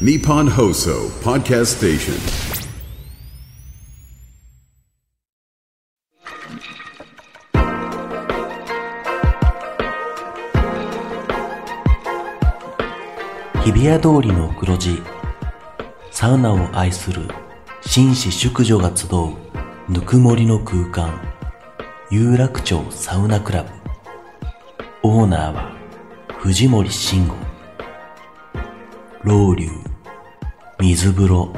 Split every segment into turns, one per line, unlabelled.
Nippon Hoso Podcast Station.
日比谷通りの黒字サウナを愛する紳士淑女が集うぬくもりの空間有楽町サウナクラブオーナーは藤森慎吾老流水風呂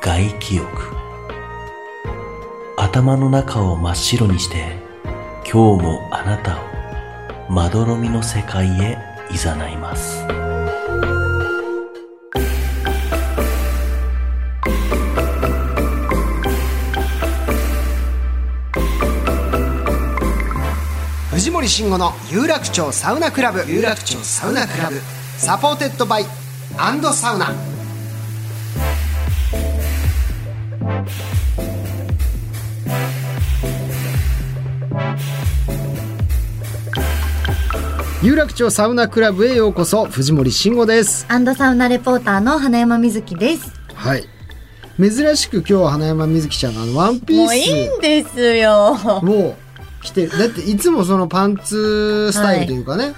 外気浴頭の中を真っ白にして今日もあなたをまどろみの世界へ誘います
藤森慎吾の有楽町サウナクラブ有楽町サウナクラブサポーテッドバイアンドサウナ有楽町サウナクラブへようこそ藤森慎吾です
アンドサウナレポーターの花山瑞希です。
はい珍しく今日は花山瑞希ちゃんがあのワンピー
も
ス
ういいんですよ。は
もう着てるだっていつもそのパンツスタイルというかね、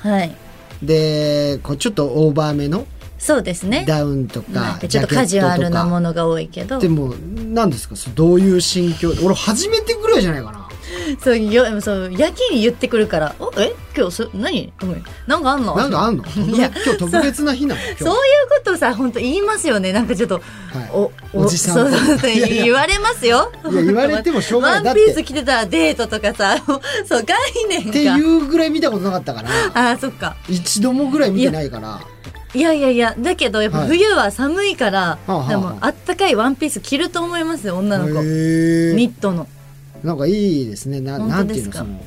い。
でこうちょっとオーバーめの
そうですね。
ダウンとか
なん
ジ
かちょ
ャ
っ
ケットとか
とカジュアルなものが多いけど
で、も何ですかそれどういう心境俺初めてぐらいじゃないかな
そうよそうやけに言ってくるから、おえ今日そ何と思うよなんかあんの？
なんかあんの
いや
特別今日特別な日なの今日
そういうことさ本当言いますよね。なんかちょっと、
はい
お
おじさん
そうそうそう
いやいや
言われますよ。
いや言われてもしょうがないだ
ワ
って
ンピース着てたらデートとかさ、 もうそう概念が。
っていうぐらい見たことなかったから
あーそっか。
一度もぐらい見てないから
いやいやいや、だけどやっぱ
はい
冬は寒いから、
あはあ
でもあったかいワンピース着ると思いますよ、女の子。
へ
ニ
え
ットの。
なんかいいですねな
本当
なんていうの
です
そ
か
の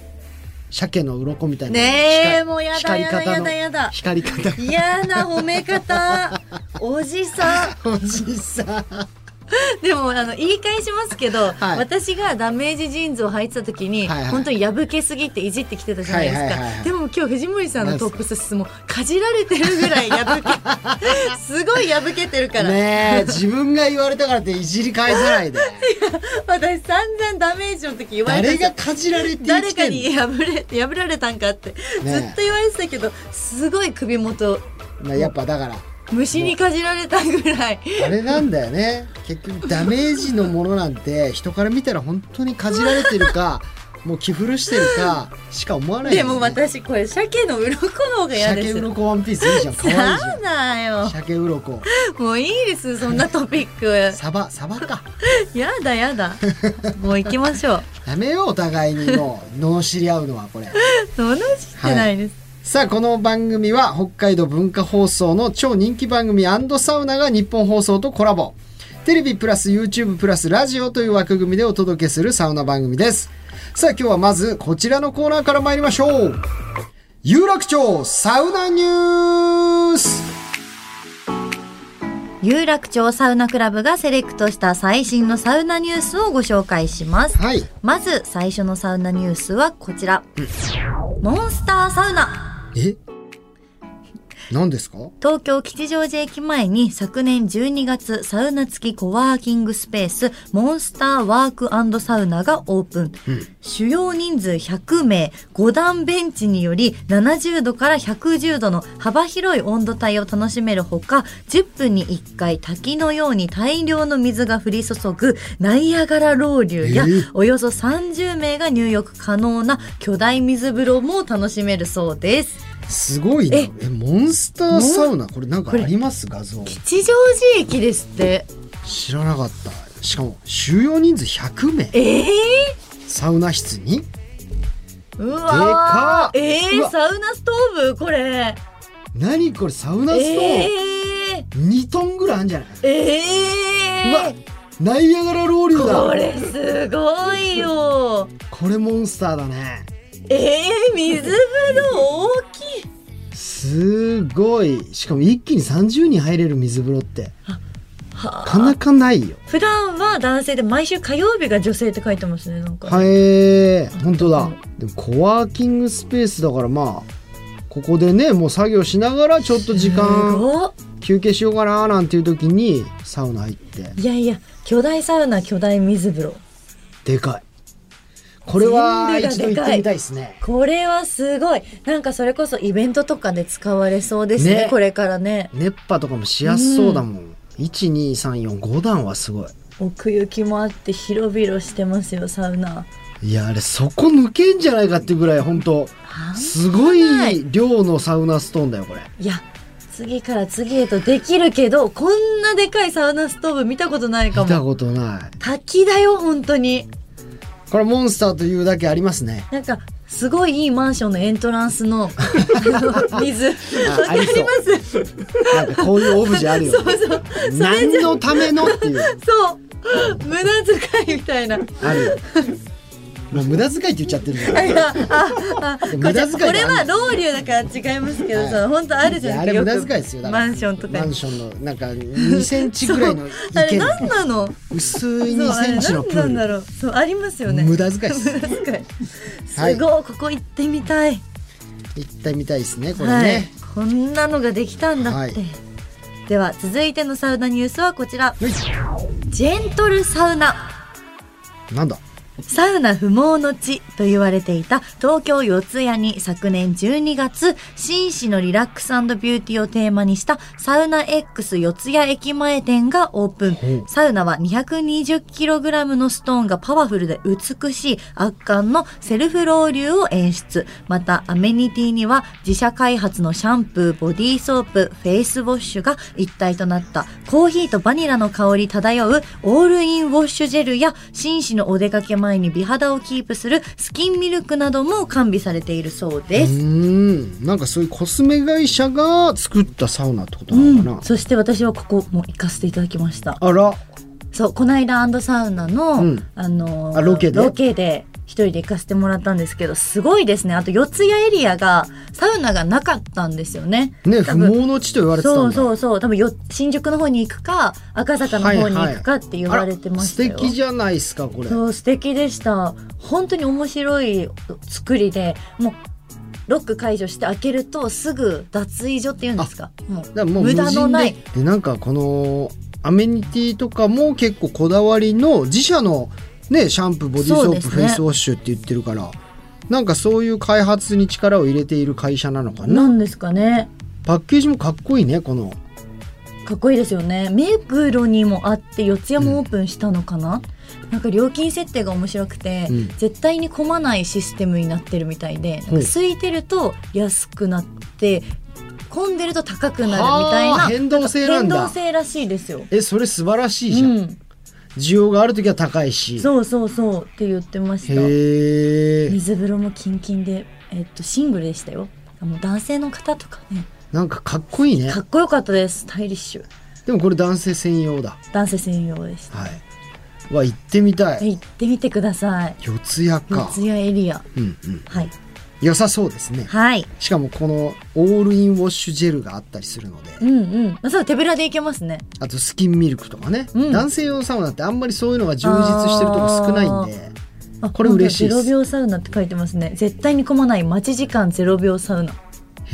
鮭の鱗みたいな
ねえ
光
もうやだ
光り方の
やだやだ
光り方が
嫌な褒め方。おじさん。
おじさん
でも、あの、言い返しますけど、
はい
私がダメージジーンズを履いてた時に、
はいはい
本当に破けすぎていじってきてたじゃないですか。
はいはいはいはい
でも今日藤森さんのトップスもうかじられてるぐらい破け、すごい破けてるから。
ねえ自分が言われたからっていじり返さないで
私散々ダメージの時言われた
誰
じゃ
が
ん
かじられて生
誰
きて
か
んの
に破れ破られたんかって、
ねえ
ずっと言われてたけどすごい首元
まあやっぱだから
虫にかじられたぐらい
あれなんだよね結局ダメージのものなんて人から見たら本当にかじられてる かもう着古してるかしか思わない
でも
た
私これ鮭の鱗の方が嫌で
鮭
す
鱗ワンピースいいじゃん可愛いじゃ
なんだ
ん
よ
鮭鱗
もういいですそんなトピ ッ
サバサバか
クやだやだもう行きましょう
やめようお互いにもう罵り合うのはこれ
同じってないです、
さあこの番組は北海道文化放送の超人気番組サウナが日本放送とコラボテレビプラス YouTube プラスラジオという枠組みでお届けするサウナ番組ですさあ今日はまずこちらのコーナーから参りましょう有楽町サウナニュース
有楽町サウナクラブがセレクトした最新のサウナニュースをご紹介します
はい
まず最初のサウナニュースはこちら、モンスターサウナ
え何ですか
東京吉祥寺駅前に昨年12月サウナ付きコワーキングスペースモンスターワークサウナがオープン、主要人数100名5段ベンチにより70度から110度の幅広い温度帯を楽しめるほか10分に1回滝のように大量の水が降り注ぐナイアガラロウリュや、
えー
およそ30名が入浴可能な巨大水風呂も楽しめるそうです
すごいなえモンスターサウナこれなんかあります画像
吉祥寺駅ですって
知らなかったしかも収容人数100名
ええ
サウナ室に
う
でか
わ
っ
ーえ
う
え
わ
サウナストーブこれ
何これサウナスト
え
ー
え
ン、2トンぐらいあるんじゃない、
え
うわ
え
ナイアガラローリュ
こ
だ
れすごいよ
これモンスターだね
ええ水風呂大きい
すごいしかも一気に30人入れる水風呂ってな
は
かなかないよ
普段は男性で毎週火曜日が女性って書いてますねなんか、
はえー、本当だ
うん
でもコワーキングスペースだからまあここでねもう作業しながらちょっと時
す
間
ごっ
休休憩しようかななんていう時にサウナ入って
いやいや巨大サウナ巨大水風呂
でかいこれは
全部が
一度
で
行っ
か
て
い
みたいですね
これはすごいなんかそれこそイベントとかで使われそうですね
ね
これからね
熱波とかもしやすそうだもん、12345段はすごい
奥行きもあって広々してますよサウナ
いやあれそこ抜けんじゃないかってぐらい本当
半端
すご
ない
量のサウナストーンだよこれ
いや次から次へとできるけどこんなでかいサウナストーブ見たことないか
見た
も
ことない
滝だよ本当に
これモンスターというだけありますね
なんかすごいいいマンションのエントランスのあの水わ
あ
かりますそう
なんかこういうオブジェあるよね何のためのっていう
無駄遣いみたいな
あるよもう無駄遣いって言っちゃってるじゃん
いやああこ
無駄遣いだ
れこれは老流だから違いますけど、
はい
その本当ある
い
じゃ
やあ
ない
れ
です
無
か
駄
よく
遣いですよだから
マンションとか
マン
に
ションのなんか2センチぐらいの
あれ
池の
何なの
薄い2センチのプ
そうあれ何なんだ
ール
ろうそうありますよね
無駄遣いです
無駄遣いすご
はい
い、ここ行ってみたい
行ってみたいですねこれ
はい
ね、
こんなのができたんだって、
はい
では続いてのサウナニュースはこちらジェントルサウナ
なんだ
サウナ不毛の地と言われていた東京四谷に昨年12月紳士のリラックスビューティーをテーマにしたサウナ X 四谷駅前店がオープンサウナは 220kg のストーンがパワフルで美しい圧巻のセルフロウリュを演出またアメニティには自社開発のシャンプーボディーソープフェイスウォッシュが一体となったコーヒーとバニラの香り漂うオールインウォッシュジェルや紳士のお出かけ前に美肌をキープするスキンミルクなども完備されているそうで
う
す。
ーんなんかそういうコスメ会社が作ったサウナってこと
う
なのかな、
ん、そして私はここも行かせていただきました
あら
そうこの間アンドサウナの、
うん
あのー
あロケで
ロケで一人で行かせてもらったんですけどすごいですねあと四谷エリアがサウナがなかったんですよね
ね
多
不
分
毛の地と言われてたんだ
そうそうそう多分よ新宿の方に行くか赤坂の方に行くかって言われてましたよ、
あら素敵じゃないですかこれ
そう素敵でした本当に面白い作りでもうロック解除して開けるとすぐ脱衣所っていうんですかも
だから
う
もう無
無
駄
駄のない
でなんかこのアメニティとかも結構こだわりの自社のねシャンプーボディーソ
そう
ープ
ですね
フェイスウォッシュって言ってるからなんかそういう開発に力を入れている会社なのかな
なんですかね
パッケージもかっこいいねこの
かっこいいですよね目黒にもあって四谷もオープンしたのかな、なんか料金設定が面白くて、
うん
絶対に混まないシステムになってるみたいで、
うん
空いてると安くなって混んでると高くなるみたい
は
な
あ変動性なんだ
変動性らしいですよ。
えそれ素晴らしいじ
う
ゃん、
ん、
需要がある時は高いし
そうそうそうって言ってました
へえ
水風呂もキンキンで、えっと、シングルでしたよもう男性の方とかね
なんかかっこいいね
かっこよかったですスタイリッシュ
でもこれ男性専用だ
男性専用でした
はいわ行ってみたい
行ってみてください
四谷
四
か
谷エリア
うんうん
はい
良さそうですね
はい
しかもこのオールインウォッシュジェルがあったりするので、
うんうんまあそう手ぶらで行けますね
あとスキンミルクとかね、
うん
男性用のサウナってあんまりそういうのが充実してるとこ少ないんで
あ
これ嬉しいです
本当だ0秒サウナって書いてますね絶対に混まない待ち時間0秒サウナ
へ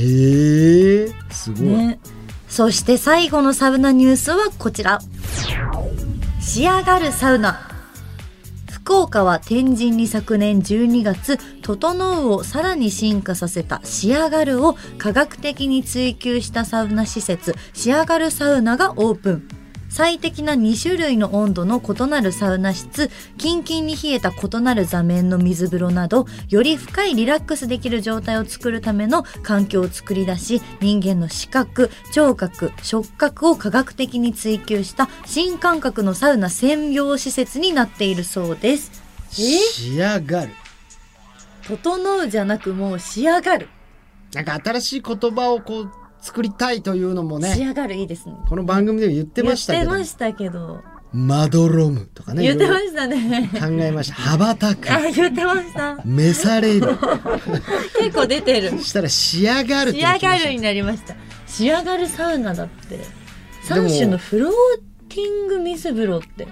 えすごい、
ねそして最後のサウナニュースはこちら仕上がるサウナ福岡は天神に昨年12月「整う」をさらに進化させた「仕上がる」を科学的に追求したサウナ施設「仕上がるサウナ」がオープン最適な2種類の温度の異なるサウナ室キンキンに冷えた異なる座面の水風呂などより深いリラックスできる状態を作るための環境を作り出し人間の視覚聴覚触覚を科学的に追求した新感覚のサウナ専用施設になっているそうですえ
仕上がる
整うじゃなくもう仕上がる、
なんか新しい言葉をこう作りたいというのも
仕
ね
上がるいいですね
この番組でも言ってましたけ
言っ
ど
てましたけど、
まどろむとかね
言ってま
い
したね
ろいろ考えました羽ばたく
あ言ってま した
召され る
結構出てる
したら仕上がるって
仕
言っ
上
てま
が
した
るになりました仕上がるサウナだって
でも
3種のフローティング水風呂って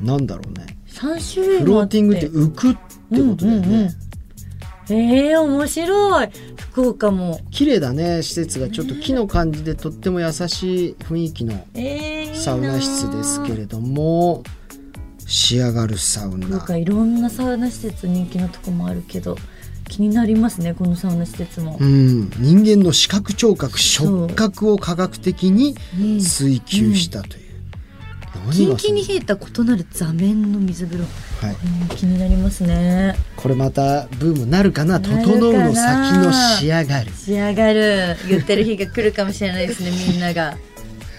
なんだろうね
3種類
フ
も
ロ
あ
ー
って
ティングって浮くってことだよね、
うんうんうんええ面白い福岡も
綺麗だね施設がちょっと木の感じでとっても優しい雰囲気の
ええいいな
サウナ室ですけれども仕上がるサウ
なん
ナ
かいろんなサウナ施設人気のとこもあるけど気になりますねこのサウナ施設も
う、ん人間の視覚聴覚
そう
触覚を科学的に
うん
追求したという、何が
キンキンに
そ
冷えた異なる座面の水風呂、
のはい
これも気になりますね
これまたブームなるかな
なるかな
整うの先の仕上がり
仕上がる言ってる日が来るかもしれないですねみんなが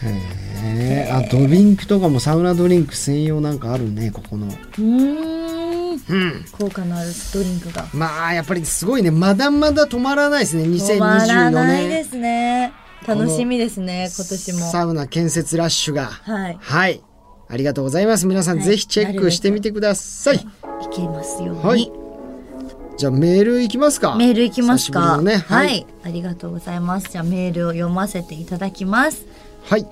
へえあドリンクとかもサウナドリンク専用なんかあるねここの
うーん
うん
効果のあるドリンクが
まあやっぱりすごいねまだまだ止まらないですね
止まら
2024
ないで
年
すね楽しみですね今年も
サウナ建設ラッシュが
はい
はいありがとうございます皆さん、
はい
ぜひチェックしてみてください
いけますように、
はいじゃあメールいきますか
メールいきます
久し
か、
ぶりのね
はい、ありがとうございますじゃあメールを読ませていただきます、
はい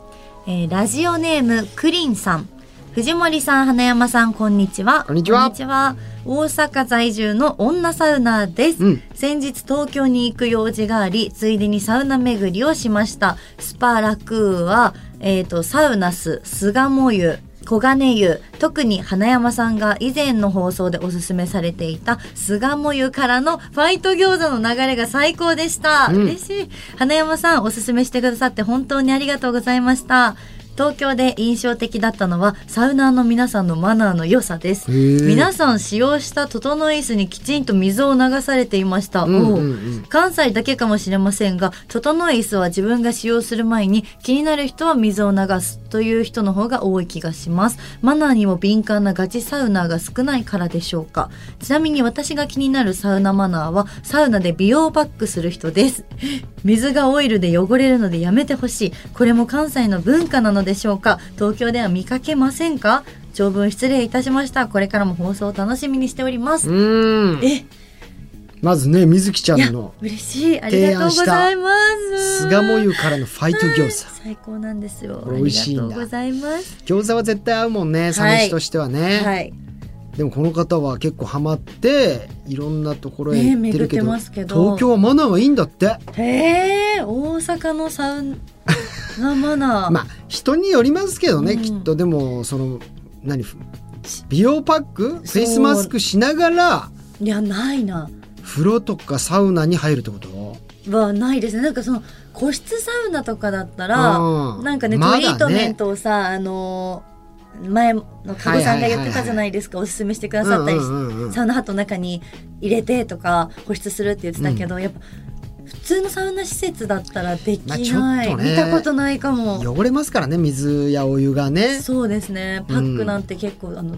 えーラジオネームクリンさん藤森さん花山さんこんにちは
こんにちは
大阪在住の女サウナーです、
うん
先日東京に行く用事がありついでにサウナ巡りをしましたスパラクーは、えー、とサウナス菅も湯黄金湯特に花山さんが以前の放送でおすすめされていた菅も湯からのファイト餃子の流れが最高でした、嬉しい花山さんおすすめしてくださって本当にありがとうございました東京で印象的だったのはサウナーの皆さんのマナーの良さです
へえ
皆皆さん使用した整い椅子にきちんと水を流されていました、
んうん
おう関西だけかもしれませんが整い椅子は自分が使用する前に気になる人は水を流すという人の方が多い気がしますマナーにも敏感なガチサウナーが少ないからでしょうかちなみに私が気になるサウナマナーはサウナで美容バックする人です 水がオイルで汚れるのでやめてほしいこれも関西の文化なのでしょうか東京では見かけませんか長文失礼いたしましたこれからも放送を楽しみにしております、
うーん
え
まずね水木ちゃ
いや
んの
嬉しいありがとうございます
菅もゆからのファイト餃子
最高なんですよ
これ美味しいんだ
ありがとうございます
餃子は絶対合うもんねサ飯としてはね、
はい
でもこの方は結構ハマっていろんなところへ行ってるけど,、
ね巡ってますけど
東京はマナーがいいんだって
へえ大阪のサウナマナ ー、
まあ人によりますけどね、
うん
きっとでもその何美容パックフェイスマスクしながら
いやないな
風呂とかサウナに入るってこと
はないですねなんかその個室サウナとかだったら、
うん
なんかね、
まだ
ト
ね
リートメントをさあのー前の加護さんが言ってたじゃないですか、おすすめしてくださったりし、
うんうんうんうん
サウナハットの中に入れてとか保湿するって言ってたけど、やっぱ普通のサウナ施設だったらでき
ま
な
あ
い、
ちょっとね
見たことないかも
汚れますからね水やお湯がね
そうですねパックなんて結構、あの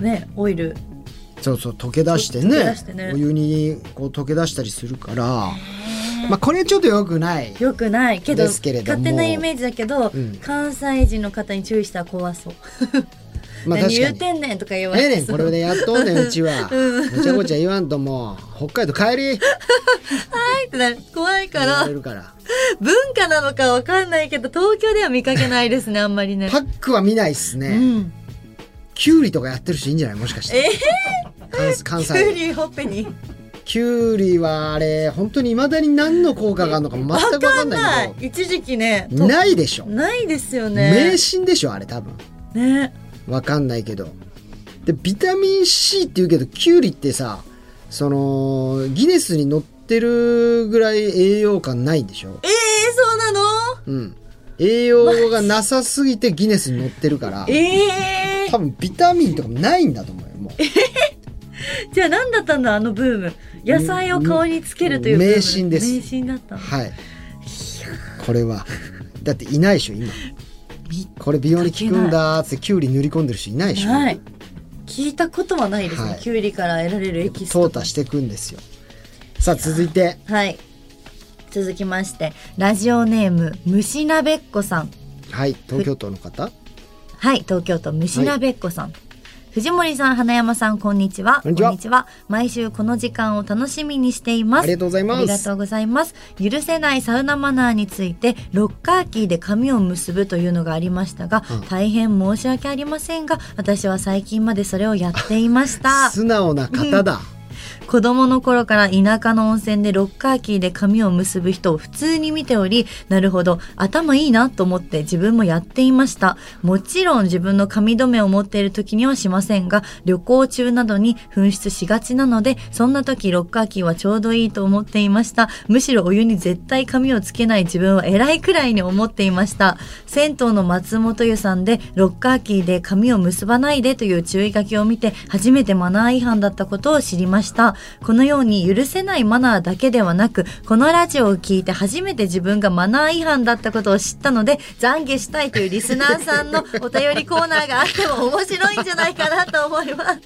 ねオイル
そうそう溶け出して
溶け
ね
出してね
お湯にこう溶け出したりするからまあこれちょっと良くない
よくないけど
ですけれども
勝手なイメージだけど、
ん
関西人の方に注意したら怖そう
まあ
何
確か
言う
に
てんねんとか言わ
え
れ
え
て
ねんこれでやっとんねんうちは
うん
ごちゃごちゃ言わんともう北海道帰り
ってなる怖いから
言われるから
文化なのかわかんないけど東京では見かけないですねあんまりね
パ。ックは見ないっす
う
ね
ん。
きゅうりとかやってる人いいんじゃないもしかして
え
関関
キュウ
西
リほっぺに。
きゅうりはあれ本当にいまだに何の効果があるのか全く分かんな
ないい
け。
一時期ね。
どないでしょ
ないですよね
迷。信でしょあれ多分
ね。
わかんないけどでビタミン C って言うけどキュウリってさそのギネスに載ってるぐらい栄養価ないんでしょ
えー、そうなの？
うん栄養がなさすぎてギネスに載ってるから
ええ
多分ビタミンとかもないんだと思うよもう
じゃあ何だったんだあのブーム。野菜を顔につけるというブーム
迷信です
迷信だった。
はいこれはだっていないでしょ今これ美容に効くんだーっつってキュウリ塗り込んでる人いないでしょ
はい。聞いたことはないですね。
はい
キュウリから得られるエキス
淘
とか
汰してくんですよさあ続いて
はい。続きましてラジオネーム虫なべっこさん。
はい東京都の方
はい、東京都虫なべっこさん。藤森さん、花山さん、こんにちは。
こんにちは
毎週この時間を楽しみにしています。
ありがとうございます
ありがとうございます。許せないサウナマナーについて、ロッカーキーで髪を結ぶというのがありましたが、大変申 し訳ありませんが、私は最近までそれをやっていました。
素直な方だ、
子供の頃から田舎の温泉でロッカーキーで髪を結ぶ人を普通に見ており、なるほど、頭いいなと思って自分もやっていました。もちろん自分の髪留めを持っている時にはしませんが、旅行中などに紛失しがちなので、そんな時ロッカーキーはちょうどいいと思っていました。むしろお湯に絶対髪をつけない自分は偉いくらいに思っていました。銭湯の松本湯さんでロッカーキーで髪を結ばないでという注意書きを見て初めてマナー違反だったことを知りました。このように許せないマナーだけではなく、このラジオを聞いて初めて自分がマナー違反だったことを知ったので、懺悔したいというリスナーさんのお便りコーナーがあっても面白いんじゃないかなと思います。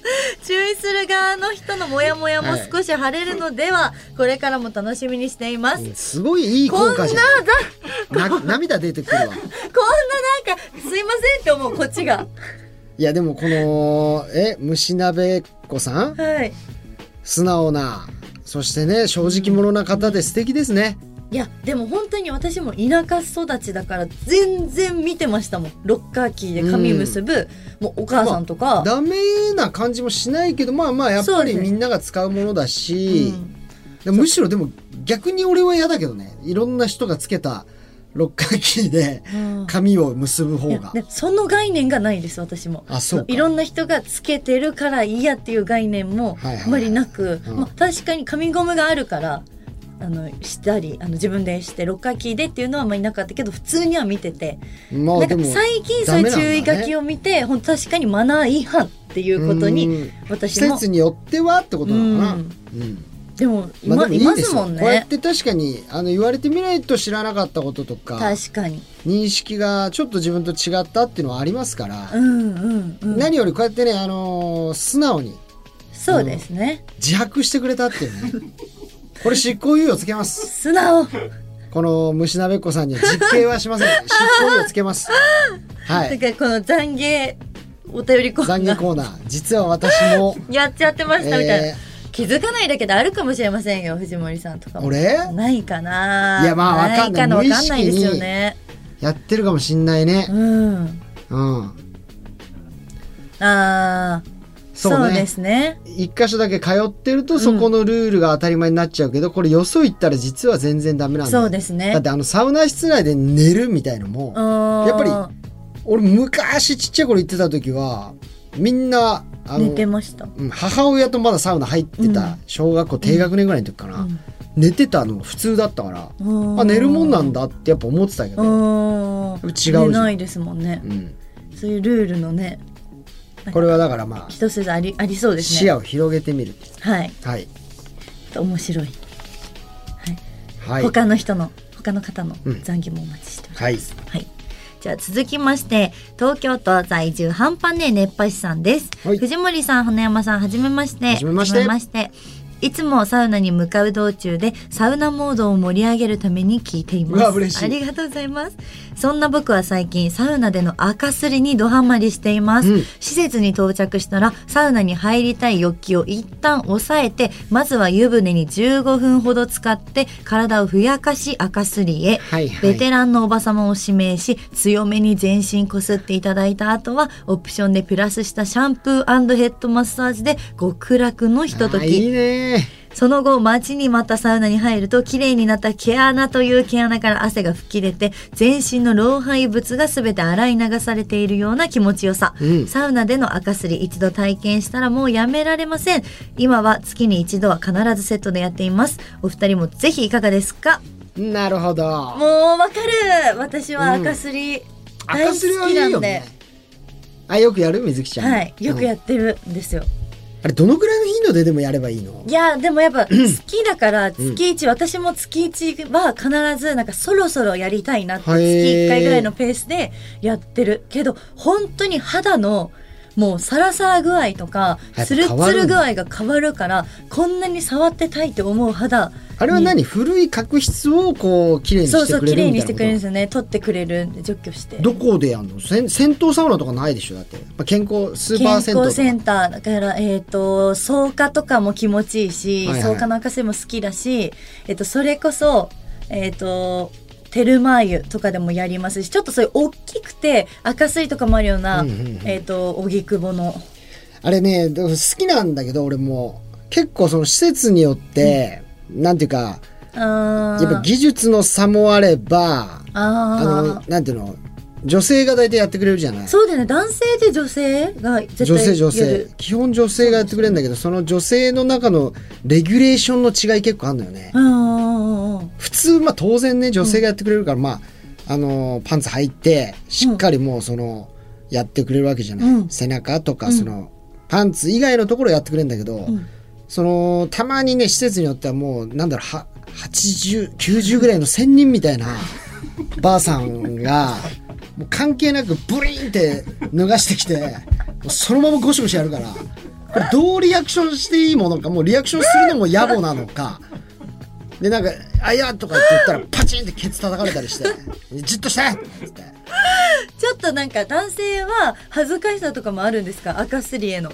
注意する側の人のモヤモヤも少し晴れるのでは、これからも楽しみにしています。
すごいいい
こん
効
な
果じ
ざ
ゃんな涙出てくるわ
こんななんかすいませんって思うこっちが。
いやでもこのえ虫鍋っ子さん
はい。
素直なそしてね正直者な方で素敵ですね
いやでも本当に私も田舎育ちだから全然見てましたもん。ロッカーキーで髪結ぶ、もうお母さんとか。
ダメな感じもしないけどまあまあやっぱ
そうで
り
すね
みんなが使うものだ
う
し、
ん
でむしろでも逆に俺は嫌だけどねいろんな人がつけたロッカーキーで
うん
髪を結ぶ
い
方
や
が
でその概念がないです私も
あそうか
いろんな人がつけてるから嫌っていう概念も
はいはい
あまりなく、
うん
まあ、確かに紙ゴムがあるからあのしたりあの自分でしてロッカーキーでっていうのはあまりなかったけど普通には見てて
ま
なんか最近そういう注意書き
を
を見て、ほんと確かにマナー違反っていうことに
施
私も
設によってはってことなのかな、
うん
うん
でもい
まあ、
ま
でもい
い
い
ま
ですす
も
よ、
ん
こうやって
ね。
確かにあの言われてみないと知らなかったこととか
確かに。
認識がちょっと自分と違ったっていうのはありますから
う、んうんうん。
何よりこうやってね、あのー素直に
そうですね。
自白してくれたっていう ねこれ執行猶予つけます
素直。
この虫鍋っ子さんには実刑はしま せん執行猶予つけますは
だ
い
からこの懺悔お便りコー
残
ナ
業
ー
コーナー実は私も
やっちゃってましたみたいな。
え
気づかないだけであるかもしれませんよ藤森さんとかも。
俺
ないかな。
いやまあわかんない
ないかわかんないですよね。
やってるかもしんないね
うん。
うん
ああ、
そう
そ
ね
うですね。
一箇所だけ通ってるとそこのルールが当たり前になっちゃうけど、これよそ行ったら実は全然ダメなんだよ
そうですね
だってあのサウナ室内で寝るみたいのも、
や
やっぱり俺昔ちっちゃい頃行ってた時はみんなあの
寝てました。
うん母親とまだサウナ入って
うん
た小学校低学年ぐらいの時かな、
うん
寝てたのが普通だったから、あ
あ
寝るもんなん。だってやっぱ思ってたけ
う
ど、うん
ん。
違うじゃん
寝ないですもんね。そういうルールのね、
これはだからまあ、
一筋ありありそうです
視
ね。
野を広げてみる
はい。
はい
面白い。
はい
他の人の他の方の
うん
懺悔もお待ちしております。
はい
はい。じゃあ続きまして、東京都在住半端ねえ熱波師さんです。
はい
藤森さん、花山さん、はじめまして。
はじめまして
はじていつもサウナに向かう道中でサウナモードを盛り上げるために聞いています。
うわ嬉しい
ありがとうございます。そんな僕は最近サウナでの赤すりにドハマりしています。
うん
施設に到着したらサウナに入りたい欲求を一旦抑えてまずは湯船に15分ほど使って体をふやかし赤すりへ、
はいはい
ベテランのおば様を指名し強めに全身こすっていただいた後はオプションでプラスしたシャンプーヘッドマッサージで極楽のひとと
あいい
き
ね
その後待ちにまたサウナに入ると綺麗になった毛穴という毛穴から汗が吹き出て全身の老廃物が全て洗い流されているような気持ちよさ、
うん
サウナでの赤すり一度体験したらもうやめられません今は月に一度は必ずセットでやっていますお二人もぜひいかがですか
なるほど
もうわかる私は赤すり大
赤
好
すりは
き
いい
なん
よ
で
ね。あよくやる水木ちゃん。
はいよくやってるんですよ、
あれどのくらいの頻度ででもやればいいの？
いやでもやっぱ好きだから月一、私も月一は必ずなんかそろそろやりたいなって
へー
月一回ぐらいのペースでやってるけど本当に肌のもうサラサラ具合とか
やっぱ
ツル
変わ
ツ
る
ル
ん
具
だ
合が変わるからこんなに触ってたいって思う肌
あれは何？古い角質をこう綺麗に
そう
して
そう
くれ
綺
る
麗
みた
にして
い
くれるん
なこ
ですよね取ってくれるんで除去して
と。どこでやるの？せん銭湯サウナとかないでしょだって。まあ、健康スーパー
健康セ
銭湯
ン
とか。
ターだから、えっと草加とかも気持ちいいし、
はいはい
草加の赤瀬も好きだし、えっとそれこそ、えっとテルマー湯とかでもやりますしちょっとそういう大きくて赤水とかもあるような、
うんうんうん
えっと荻窪の
あれねでも好きなんだけど俺も結構その施設によって、なんていうか
あー
やっぱ技術の差もあればあ
あ
の
ー
なんていうの女性が大体やってくれるじゃない
そうだよね男性で女性が絶対
女性女
や
性
る
基本女性がやってくれるんだけどその女性の中のレギュレーションの違い結構あるのよね、
うんうんうんうん
普通まあ当然ね女性がやってくれるから、まああのーパンツ履いてしっかりもうその、やってくれるわけじゃない、
うん
背中とかその、パンツ以外のところやってくれるんだけど、
ん
そのたまにね施設によってはもうなんだろうは8090ぐらいの仙人みたい なばあさんがもう関係なくブリーンって脱がしてきてもうそのままゴシゴシやるからこれどうリアクションしていいものかもうリアクションするのも野暮なのか。でなんか「あいや」とかって言ったらパチンってケツ叩かれたり して「じっとして!」って
ちょっとなんか男性は恥ずかしさとかもあるんですか赤すりへの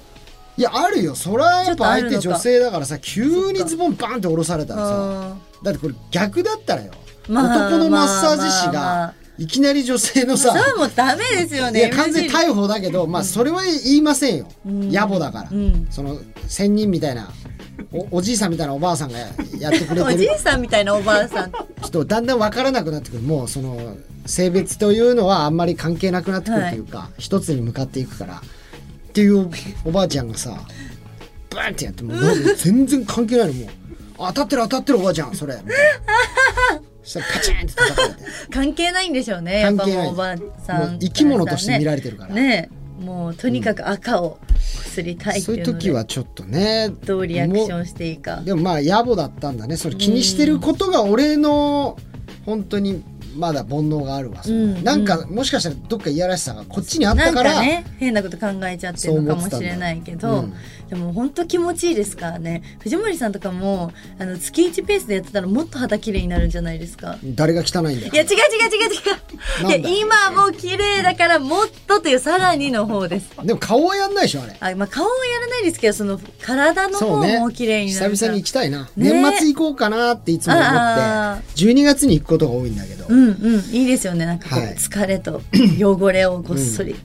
いやあるよそれはやっぱ相手
ちょっとあるのか
女性だからさ急にズボンバンって下ろされたら
あ
さだってこれ逆だったらよ、
まあ
男のマッサージ師
まあまあまあ
がいきなり女性の
そ
さ、
れはもうダメですよ
い
ね
や完全に逮捕だけど、まあそれは言いませんよ、野暮だから、
うん
その仙人みたいなおおじいさんみたいなおばあさんがやってくれ
お
て
じ
る
いさんみたいなおばあ さん
ちょっとだんだん分からなくなってくるもうその性別というのはあんまり関係なくなってくるというか、一つに向かっていくからっていうおばあちゃんがさバーンってやってもうなんか全然関係ないのもうあ当たってる当たってるおばあちゃんそれみたいなそしたらカチンって叩かれて
関係ないんでしょうねやっぱ
関係ない
もうおばあさん
もう生き物として見られてるから
ねねもうとにかく赤をこすりたいって
そう
いう
いう
ので
時はちょっとね
どうリアクシ
も
ョンしていいか
うでもまあ野暮だったんだねそれ気にしてることが俺の本当にまだ煩悩があるわ、それ
うん
なんかもしかしたらどっかいやらしさがこっちにあっ
な
た
ん
か
からね変なこと考えちゃってるのかもしれないけ
そう
ど、
思って
でも本当気持ちいいですからね藤森さんとかもあの月1ペースでやってたらもっと肌綺麗になるんじゃないですか
誰が汚いんだよ
いや違う違う違う
な
違
ん
う
だ
いや今もう綺麗だからもっとというさらにの方です
でも顔はやんないでしょあれ
あ、まあ、顔はやらないですけどその体の方も綺麗にな
久
るから
々に行きたいな、
ね
年末行こうかなっていつも思って
あ
12月に行くことが多いんだけど、
うんうんいいですよねなんかこう
はい
疲れと汚れをごっそり、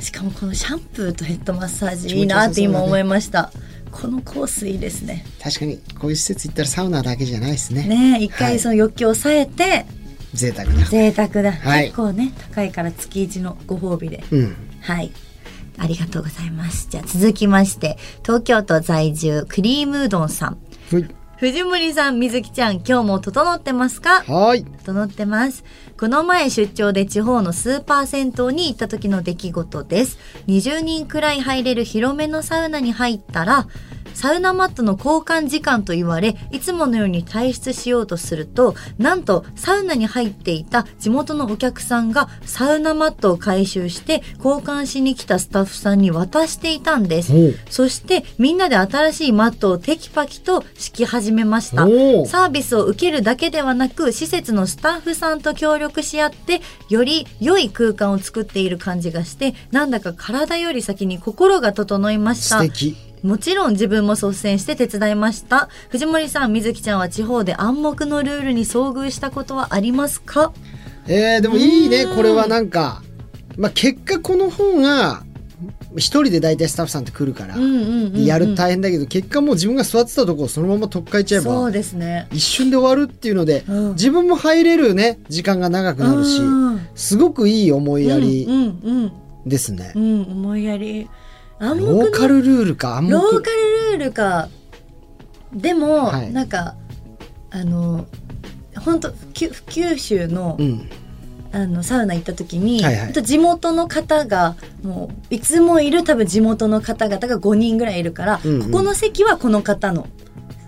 しかもこのシャンプーとヘッドマッサージいいなって今思いました、このコースいいですね
確かにこういう施設行ったらサウナだけじゃないですね
ねえ一回そ
は
の欲求を抑えて、
い、贅沢な
贅沢だ、
はい
結構ね高いから月一のご褒美で
うん
はい。ありがとうございます。じゃあ続きまして、東京都在住、クリームうどんさん。
ふい
藤森さん、みずきちゃん、今日も整ってますか
はーい
整ってます。この前出張で地方のスーパー銭湯に行った時の出来事です。20人くらい入れる広めのサウナに入ったら、サウナマットの交換時間と言われ、いつものように退出しようとすると、なんとサウナに入っていた地元のお客さんがサウナマットを回収して交換しに来たスタッフさんに渡していたんです
おう。
そしてみんなで新しいマットをテキパキと敷き始めました
お。う
サービスを受けるだけではなく施設のスタッフさんと協力し合ってより良い空間を作っている感じがしてなんだか体より先に心が整いました
素敵
もちろん自分も率先して手伝いました藤森さん水木ちゃんは地方で暗黙のルールに遭遇したことはありますか
えー、でもいいねこれはなんか、まあ、結果この方が一人で大体スタッフさんって来るから、
うんうんうんうん
やると大変だけど結果もう自分が座ってたとこをそのまま取っかえちゃえば
そうですね
一瞬で終わるっていうので、
うん
自分も入れるね時間が長くなるし、
うん
すごくいい思いや
う
り
んうん
ですね
う、ん、うん、思いやり暗黙
ローカルルールか暗
ロー
黙
カルルールかでも、
はい
なんかあの本当九九州の,、
うん
あのサウナ行った時に、
はいはい
ほんと地元の方がもういつもいる多分地元の方々が5人ぐらいいるから、
うんうん
ここの席はこの方の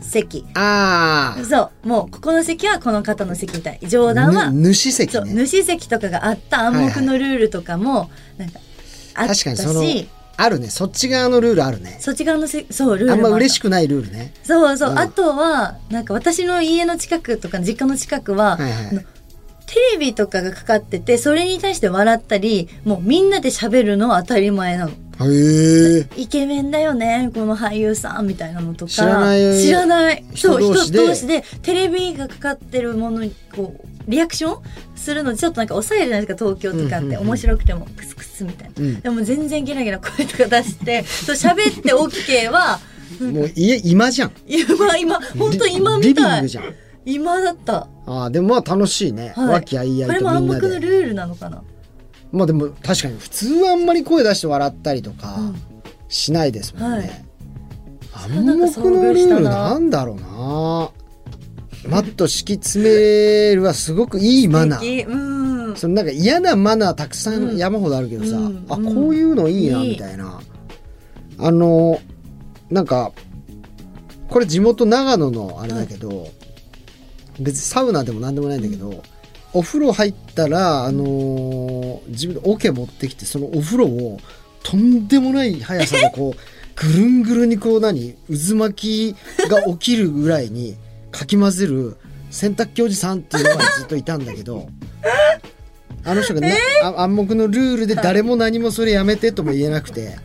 席
ああ
そうもうここの席はこの方の席みたい冗談は、
主席
そう
ね
主席とかがあった暗黙のルールとかも、なんかあった
確かにその
し
あるねそっち側のルールあるね
そっち側のせそうルール
あんま
もあった
嬉しくないルールね
そうそう、
うん
あとはなんか私の家の近くとか実家の近くは、
はいは
あの
い
テレビとかがかかっててそれに対して笑ったりもうみんなで喋るのは当たり前なの
へえ
イケメンだよねこの俳優さんみたいなのとか
知らない
知らない
人同士で
そう人同士でテレビがかかってるものにこうリアクションするのちょっとなんか抑えるじゃないですか東京とかって、
うんうんうん
面白くてもクスクスみたいな、
うん
でも全然ゲラゲラ声とか出してそう喋って OK は
もう家今じゃん
今今本当今
リビ
みた
ング
い
じゃん
今だった、
ああでもまあ楽しいね、
はい、
和気あいあい
ことれも
みんな
暗黙の
で
ルールなのかな
まあでも確かに普通はあんまり声出して笑ったりとかしないですもんね、暗黙のルールなんだろうなマット敷き詰めるはすごくいいマナ
素
ー
敵うん
そのなんか嫌なマナーたくさん山ほどあるけどさ、
うん
あ
うん
こういうのいいない
い
みたいな、あのなんかこれ地元長野のあれだけど、別にサウナでも何でもないんだけど、お風呂入ったらあのー自分で桶持ってきてそのお風呂をとんでもない速さで こうぐるんぐるんにこう何渦巻きが起きるぐらいにかき混ぜる洗濯機おじさんっていうのがずっといたんだけ ど。あの人がな、あ暗黙のルールで誰も何もそれやめてとも言えなくて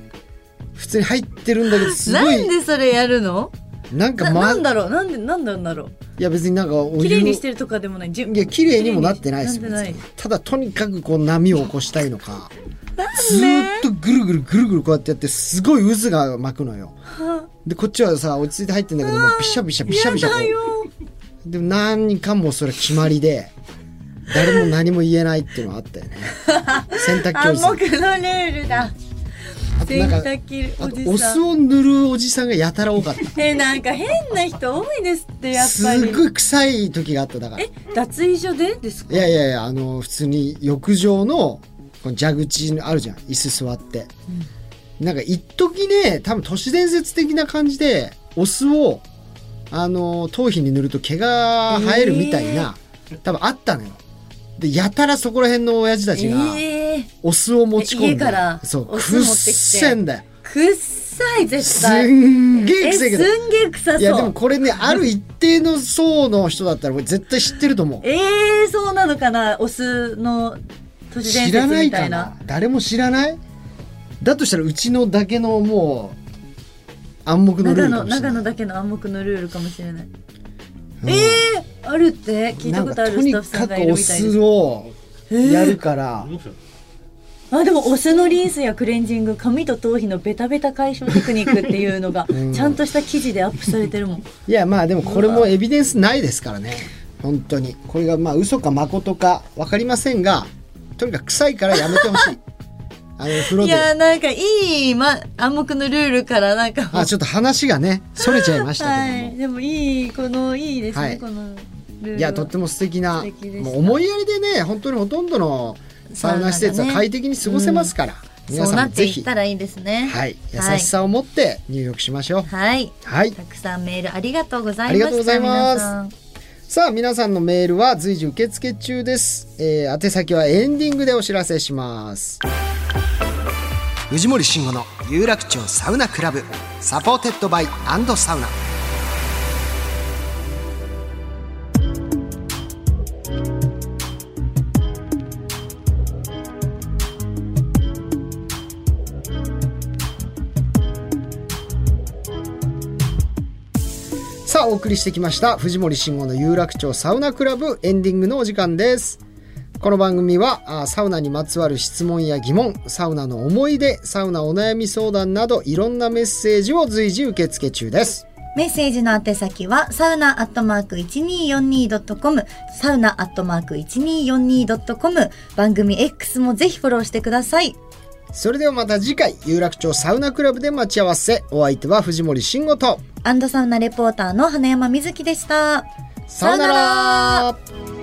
普通に入ってるんだけどすご
ないんでそれやるの
なんか
な
ま
なんだろうなんでなんだろう
いや別になんかお湯を
綺麗にしてるとかでもないじゅ
いや綺麗にもなってないですよ
な
別
ってな
に
い
ただとにかくこう波を起こしたいのかずーっとぐるぐるぐるぐるこうやってやってすごい渦が巻くのよでこっちはさ落ち着いて入ってんだけどもうビシャビシャビシャビシャこ
だよ
うでも何かもうそれ決まりで誰も何も言えないっていうのはあ ったよね洗濯機お
暗
じさん
黙のルールだ
あとな
洗
んか
濯機
あ
お
とお
じさ
酢
ん
を塗るおじさんがやたら多かっ
えなんか変な人多いですってや
た
っぱり
すっごい臭い時があっただからい
え脱衣所でですか
やいやいやあの普通に浴場のこの蛇口のあるじゃん椅子座って、なんか一時ね多分都市伝説的な感じでお酢をあの頭皮に塗ると毛が生えるみたいな、多分あったのよでやたらそこら辺の親父たちが
えー、
お酢を持ち込んで、
家から
そう
お酢持ってきて
くっせんだよ
くっさい絶
す
対
んげえ
え
くせ
す
え
ん
けど
げえ臭そう
いやでもこれねある一定の層の人だったら俺絶対知ってると思う
えー、そうなのかなお酢の都市伝
知らな
説
い
みた
か
いな
な誰も知らないだとしたらうちのだけのもう暗黙のルールか
長野
もしれ
長
な
野
い
だけの暗黙のルールかもしれない、えー、あるって聞いたことあるスタッフさんがいるみたい
なんかとにかく
で
お
す
酢をやるから、
あでもお酢のリンスやクレンジング髪と頭皮のベタベタ解消テクニックっていう のがちゃんとした記事でアップされてるもん
いやまあでもこれもエビデンスないですからね本当にこれがまあ嘘か誠か分かりませんがとにかく臭いからやめてほしいあの風呂
い
で
やーなんかいい、ま、暗黙のルールからなんか
あちょっと話がねそれちゃいましたけども、
はいでもいいこのいいですね、
はい
このルールはい
やとっても素敵な
素敵でし
も
た
う思いやりでね本当にほとんどのサウナ施設は
サウナが
快
ね
適に過ごせますから、皆
そう
さ
なんっ
も
て
ぜ
い
ひ、
ったらいいですね
はい、優しさを持って入浴しましょう、
はい、
はい
たくさんメールありがとうございました
ありがとうございます
皆さん
さあ皆さんのメールは随時受付中です、えー宛先はエンディングでお知らせします藤森慎吾の有楽町サウナクラブサポーテッドバイサウナさあお送りしてきました藤森慎吾の有楽町サウナクラブエンディングのお時間ですこの番組はあサウナにまつわる質問や疑問サウナの思い出サウナお悩み相談などいろんなメッセージを随時受付中です
メッセージの宛先は、サウナアットマーク 1242.com、サウナアットマーク 1242.com、番組 X もぜひフォローしてください。
それではまた次回有楽町サウナクラブで待ち合わせお相手は藤森慎吾と
アンドサウナレポーターの花山瑞希でした。
さよなら